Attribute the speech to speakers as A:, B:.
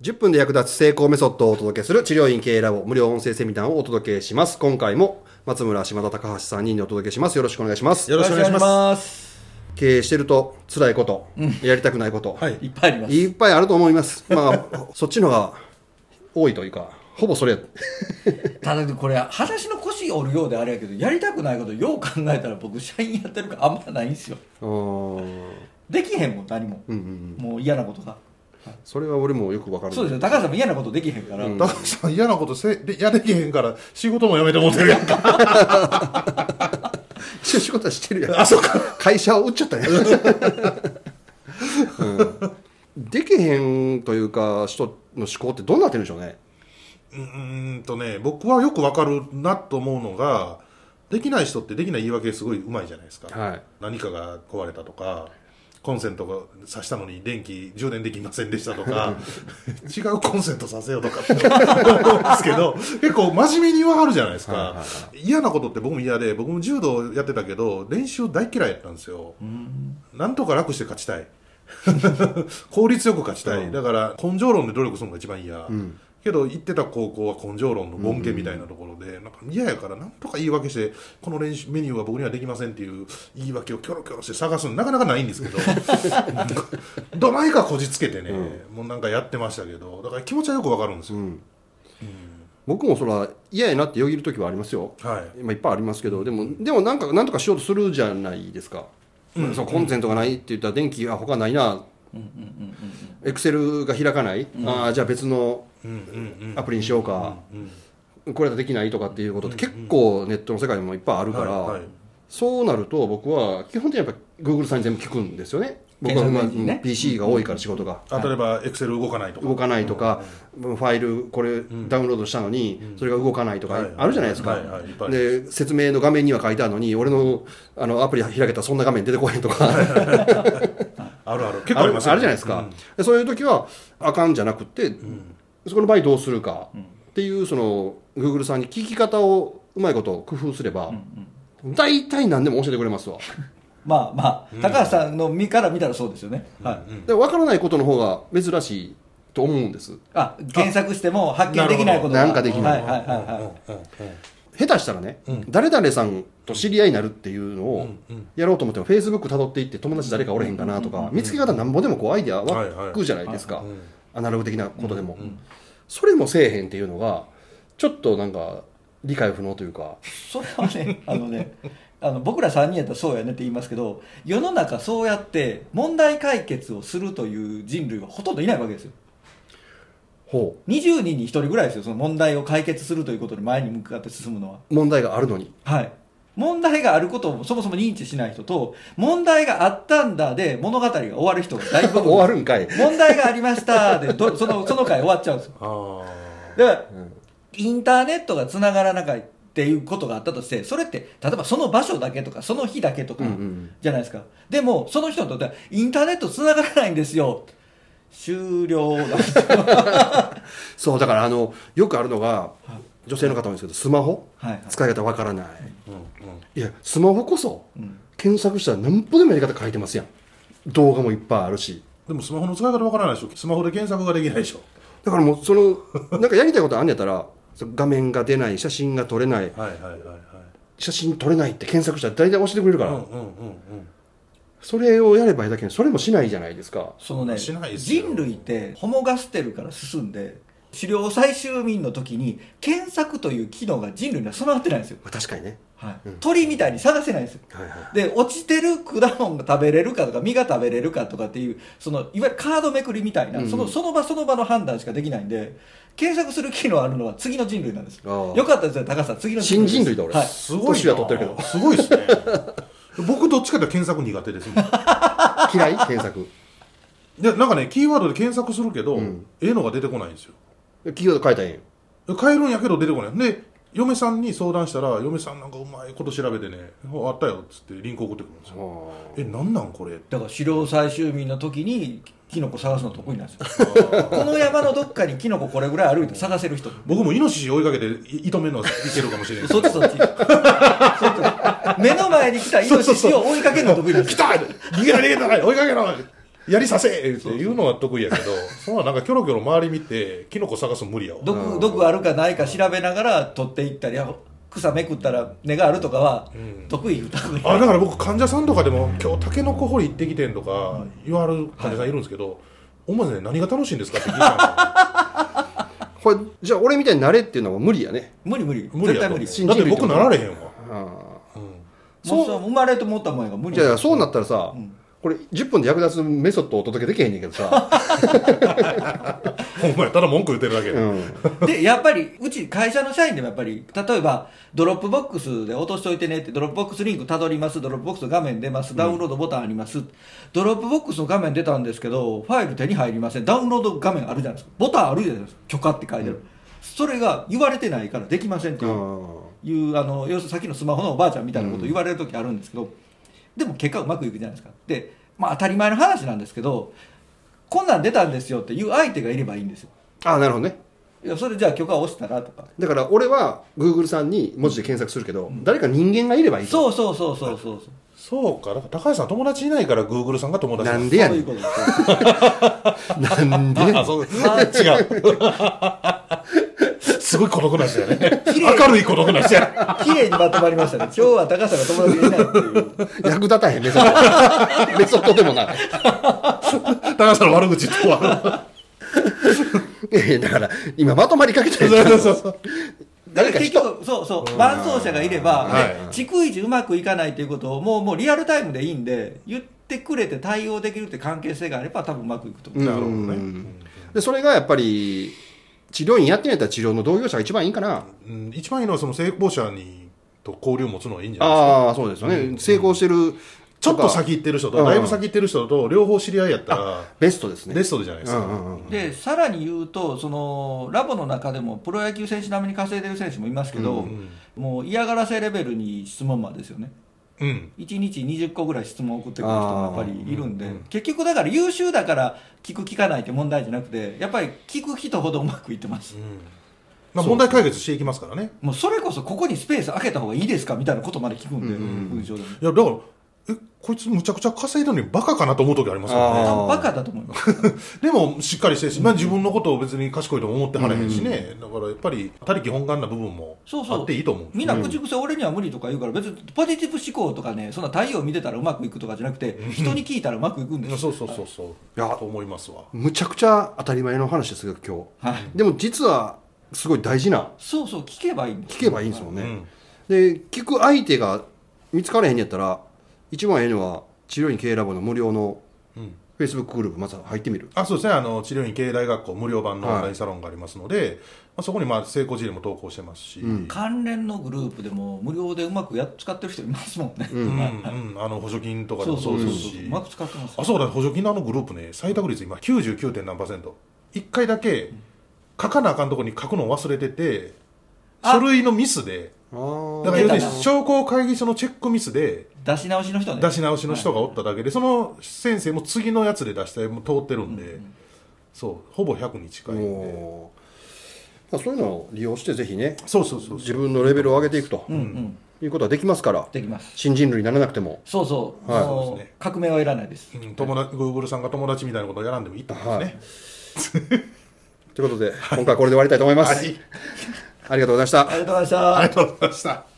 A: 10分で役立つ成功メソッドをお届けする治療院経営ラボ無料音声セミナーをお届けします。今回も松村、島田、高橋3人でお届けします。よろしくお願いします。
B: よろしくお願いします。
A: 経営してると辛いこと、やりたくないこと、
B: はい
C: いっぱいあります。
A: いっぱいあると思います。まあ、そっちのが多いというか、ほぼそれ。
C: ただこれ話の腰折るようであれやけどやりたくないことよう考えたら僕社員やってるからあんまないんですよ
A: うーん
C: できへんもん何も、
A: うんうん。
C: もう嫌なことが
A: それは俺もよくわかる。
C: そうですよ高橋さんも嫌なことできへんから、
A: うん
B: 高橋さん嫌なことせでやれへんから仕事も辞めてもうてるやんか
A: 一応仕事はしてるやん。あ、そうか。会社を売っちゃったね。うん、できへんというか、人の思考ってどうなってるんでしょうね。
B: うーんとね僕はよくわかるなと思うのができない人ってできない言い訳すごい上手いじゃないですか、
A: はい。
B: 何かが壊れたとかコンセントが挿したのに電気充電できませんでしたとか違うコンセントさせようとかって思うんですけど結構真面目に言わはるじゃないですか、
A: はいはいは
B: 嫌なことって僕も嫌で僕も柔道やってたけど練習大嫌いやったんですよ、なんとか楽して勝ちたい効率よく勝ちたい、
A: うん
B: だから根性論で努力するのが一番嫌、
A: うん。
B: けど行ってた高校は根性論の権化みたいなところで、なんか嫌やからなんとか言い訳してこの練習メニューは僕にはできませんっていう言い訳をキョロキョロして探すのなかなかないんですけど なんかどないかこじつけてね、もうなんかやってましたけどだから気持ちはよくわかるんです
A: う
B: よ、
A: ん。僕もそら嫌やなってよぎる時はありますよ。
B: はい
A: まあ、いっぱいありますけど、でも、でもなんか、なんとかしようとするじゃないですか。まあそのコンセントがないって言ったら電気が他ないな、
C: うんうんうんうん
A: エクセルが開かない、ああ、じゃあ別の
B: うんうん
A: アプリにしようか、
B: うんうん
A: これだとできないとかっていうことって結構ネットの世界にもいっぱいあるから、
B: はいはい
A: そうなると僕は基本的にやっぱ Google さんに全部聞くんですよね僕は、まあ
C: 検索エンジンね
A: うん PC が多いから仕事が、
B: あ例えばエクセル動かないとか
A: 動かないとか、ファイルこれダウンロードしたのに、それが動かないとか
B: はい
A: あるじゃないですか、
B: はいはいいっぱいあります
A: で説明の画面には書いてあるのに俺のあのアプリ開けたらそんな画面出てこへんとか、
B: あるある結構ありますよ
A: あるじゃないですか、でそういう時はあかんじゃなくて、そこの場合どうするかっていうその Google さんに聞き方をうまいこと工夫すれば、大体何でも教えてくれますわ、
C: まあまあ、高橋さんの身から見たらそうですよね、はい
A: で分からないことの方が珍しいと思うんです
C: あ検索しても発見できないこと
A: なるほどなんかできない
C: はいはいはいはい、
B: うんうんうん
A: 下手したらね、誰々さんと知り合いになるっていうのをやろうと思っても、Facebook 辿っていって友達誰かおれへんかなとか、見つけ方なんぼでもこうアイデア湧くじゃないですか、アナログ的なことでも、それもせえへんっていうのがちょっとなんか理解不能というか
C: それはねあのねあの僕ら3人やったらそうやねって言いますけど世の中そうやって問題解決をするという人類はほとんどいないわけですよ
A: ほ
C: 20人に1人ぐらいですよその問題を解決するということに前に向かって進むのは
A: う問題があるのに
C: はい問題があることをそもそも認知しない人と問題があったんだで物語が終わる人が大部分
A: 終わるんかい
C: 問題がありましたでどそのその回終わっちゃうんですよ
B: あー
C: だから、インターネットがつながらなかったっていうことがあったとしてそれって例えばその場所だけとかその日だけとか
A: うんうんうん
C: じゃないですか、でもその人にとってはインターネットつながらないんですよ終了 なんですよ
A: そうだからあのよくあるのが女性の方多いんですけどスマホ、
C: はいはい
A: 使い方わからない、
B: うんうん
A: いやスマホこそ
C: うん
A: 検索したら何歩でもやり方書いてますやん動画もいっぱいあるし
B: でもスマホの使い方わからないでしょスマホで検索ができないでしょ
A: だからもうそのなんかやりたいことあんねやったらその画面が出ない写真が撮れない
B: はいはいはいはい
A: 写真撮れないって検索したら大体教えてくれる
B: う
A: か
B: ん
A: ら、
B: うんうん
A: それをやればいいだけにそれもしないじゃないですか
C: そのね
B: しないですよ
C: 人類ってホモガステルから進んで狩猟採集民の時に検索という機能が人類には備わってないんですよ、
A: まあ確かにね
C: はい鳥みたいに探せないんですよ
A: はいはい
C: で落ちてる果物が食べれるかとか実が食べれるかとかっていうそのいわゆるカードめくりみたいな、
A: うんうん
C: そのその場その場の判断しかできないんで検索する機能あるのは次の人類なんです
A: あー
C: よかったですね高橋さん次の
A: 新
C: です
A: 人類だ俺、
C: はい、
B: すごい
A: 年
B: な
A: は取ってるけど
B: すごいですね僕どっちかというと検索苦手です もん
A: 嫌い 検索
B: でなんかねキーワードで検索するけど、
A: うん
B: ええのが出てこないんですよ
A: 企業で書いたらええんよ
B: 買えるんやけど出てこないで嫁さんに相談したら嫁さんなんかうまいこと調べてねああったよっつってリンク送ってくるんですよえなんなんこれって
C: だから狩猟採集民の時にキノコ探すの得意なんですよこの山のどっかにキノコこれぐらい歩いて探せる人
B: 僕もイノシシ追いかけてい射止めるのはいけるかもしれない
C: そっちそっちそっ ち目の前に来たイノシシを追いかけるの得意なんですよ
B: 来た逃げろ逃げろ追いかけろやりさせっていうのは得意やけどそんななんかキョロキョロ周り見てキノコ探すの無理やわ
C: 毒毒あるかないか調べながら取っていったりあ草めくったら根があるとかは
B: うん
C: 得意不得意
B: あだから僕患者さんとかでも「今日タケノコ掘り行ってきてん」とか言わはる患者さんいるんですけど「思わずね何が楽しいんですか?」って聞いた
A: これじゃあ俺みたいになれっていうのは無理やね
C: 無理無理
B: の無
C: 絶
B: 理や
C: 対
B: と
C: 無理
A: 信
B: だっ
A: じ
B: て
A: るってこ
B: 僕
A: と
B: なられへんわ、
A: あ
B: うん
C: もうそう生まれと思ったもんやが無
A: あ
C: 理
A: じゃあそうなったらさ、
C: ん
A: これ10分で役立つメソッドをお届けできへんねんけど さ、
B: ほんまやただ文句言ってるだけ、
A: うん、
C: でやっぱりうち会社の社員でもやっぱり例えばドロップボックスで落としといてねってドロップボックスリンクたどりますドロップボックスの画面出ますダウンロードボタンあります、ドロップボックスの画面出たんですけどファイル手に入りませんダウンロード画面あるじゃないですかボタンあるじゃないですか許可って書いてある、それが言われてないからできませんっていう、いうあの要するにさっきのスマホのおばあちゃんみたいなことを言われる時あるんですけど、でも結果うまくいくじゃないですかで、まあ、当たり前の話なんですけどこんなん出たんですよっていう相手がいればいいんですよ
A: ああなるほどね
C: いやそれじゃあ許可を押したらとか
A: だから俺は Google さんに文字で検索するけど、誰か人間がいればいいと
C: そうそうそうそうそうそう
B: そうかだから高橋さん友達いないからグーグルさんが友達
A: なんで
B: で
A: や
C: そう
A: ね
C: い
A: ん
C: うことです
A: なんで
B: あそう違うすごい孤独な人やね明るい孤独な人や
C: 綺麗にまとまりましたね今日は高さが友達がいないっていう
A: 役立たへんメソッド メソッドでもない
B: 高橋さんの悪口とは
A: ええだから今まとまりかけて
B: そう
A: るけ
B: そう
A: ど
B: そう
A: 誰か
C: 結
A: 人
C: 局そうそう伴走者がいれば、
B: はい
C: で逐一うまくいかないということをもうもうリアルタイムでいいんで言ってくれて対応できるって関係性があれば多分うまくいくと思う、
B: なるほどね
A: うんでそれがやっぱり治療院やってんやったら治療の同業者が一番いいかな
B: うん一番いいのはその成功者にと交流を持つのがいいんじゃないですか
A: ああそうですよね、成功してる
B: ちょっと
A: か
B: 先行ってる人
A: う
B: と
A: ん
B: だいぶ先行ってる人と両方知り合いやったら
A: ベストですね
B: ベストじゃないですか、
A: うんうんうん
C: でさらに言うとそのラボの中でもプロ野球選手並みに稼いでる選手もいますけど、もう嫌がらせレベルに質問までですよね
B: うん
C: 1日20個ぐらい質問を送ってくる人もやっぱりいるんで、
B: あーうんうん
C: 結局だから優秀だから聞く聞かないって問題じゃなくてやっぱり聞く人ほどうまくいってます、
B: まあ、問題解決していきますからね
C: もうそれこそここにスペース開けた方がいいですかみたいなことまで聞くんで、文章でも
B: いやだからえこいつむちゃくちゃ稼いだのにバカかなと思う時ありますよ
A: あ
B: ね
A: ー
C: 多分バカだと思います
B: でもしっかりしてるし、まあ、自分のことを別に賢いとも思ってはらへんしね、だからやっぱり他力本願な部分も
C: そうそう
B: あっていいと思うんです
C: みんな口癖俺には無理とか言うから別にポジティブ思考とかねそんな太陽見てたらうまくいくとかじゃなくて人に聞いたらうまくいくんですよ
B: そうそうそうそう
A: いや
B: と思いますわ
A: むちゃくちゃ当たり前の話ですけど今日、
C: はい
A: でも実はすごい大事な
C: そうそう聞けばいいんです
A: 聞けばいいんですもんね、
B: うん
A: で聞く相手が見つからへんやったら一番ええのは治療院経営ラボの無料の
B: うん
A: フェイスブックグループまず入ってみる
B: あそうですねあの治療院経営大学校無料版のオンラインサロンがありますので、まあ、そこにまあ成功事例も投稿してますし、うん
C: 関連のグループでも無料でうまくやっ使ってる人いますもんね、
B: うんあの補助金とかで
C: そ
B: も
C: うそ
B: そうう
C: そう
B: で
C: そう
B: す
C: そう
B: し
C: うまく使ってます
B: あそうだ補助金のあのグループね採択率今 99. 何パーセント1回だけ書かなあかんとこに書くのを忘れてて
C: あ
B: 書類のミスで
A: あ
B: だ
A: ー
B: から要するに
C: 出たな
B: 商工会議所のチェックミスで
C: 出し直しの人ね
B: 出し直しの人がおっただけで、その先生も次のやつで出したもう通ってるんで、そうほぼ100に近いんで
A: もうまあそういうのを利用してぜひね
B: そうそうそう
A: 自分のレベルを上げていくと、
C: うんうん
A: いうことはできますから
C: できます
A: 新人類にならなくても
C: そうそう、
A: はい
C: あの
B: そうですね
C: 革命はいらないです
B: うん友達、グーグルさんが友達みたいなことをやらんでもいいってことですね。
A: ということで今回はこれで終わりたいと思います、
B: はい
A: ありがとうございました
C: ありがとうございました
B: ありがとうございました。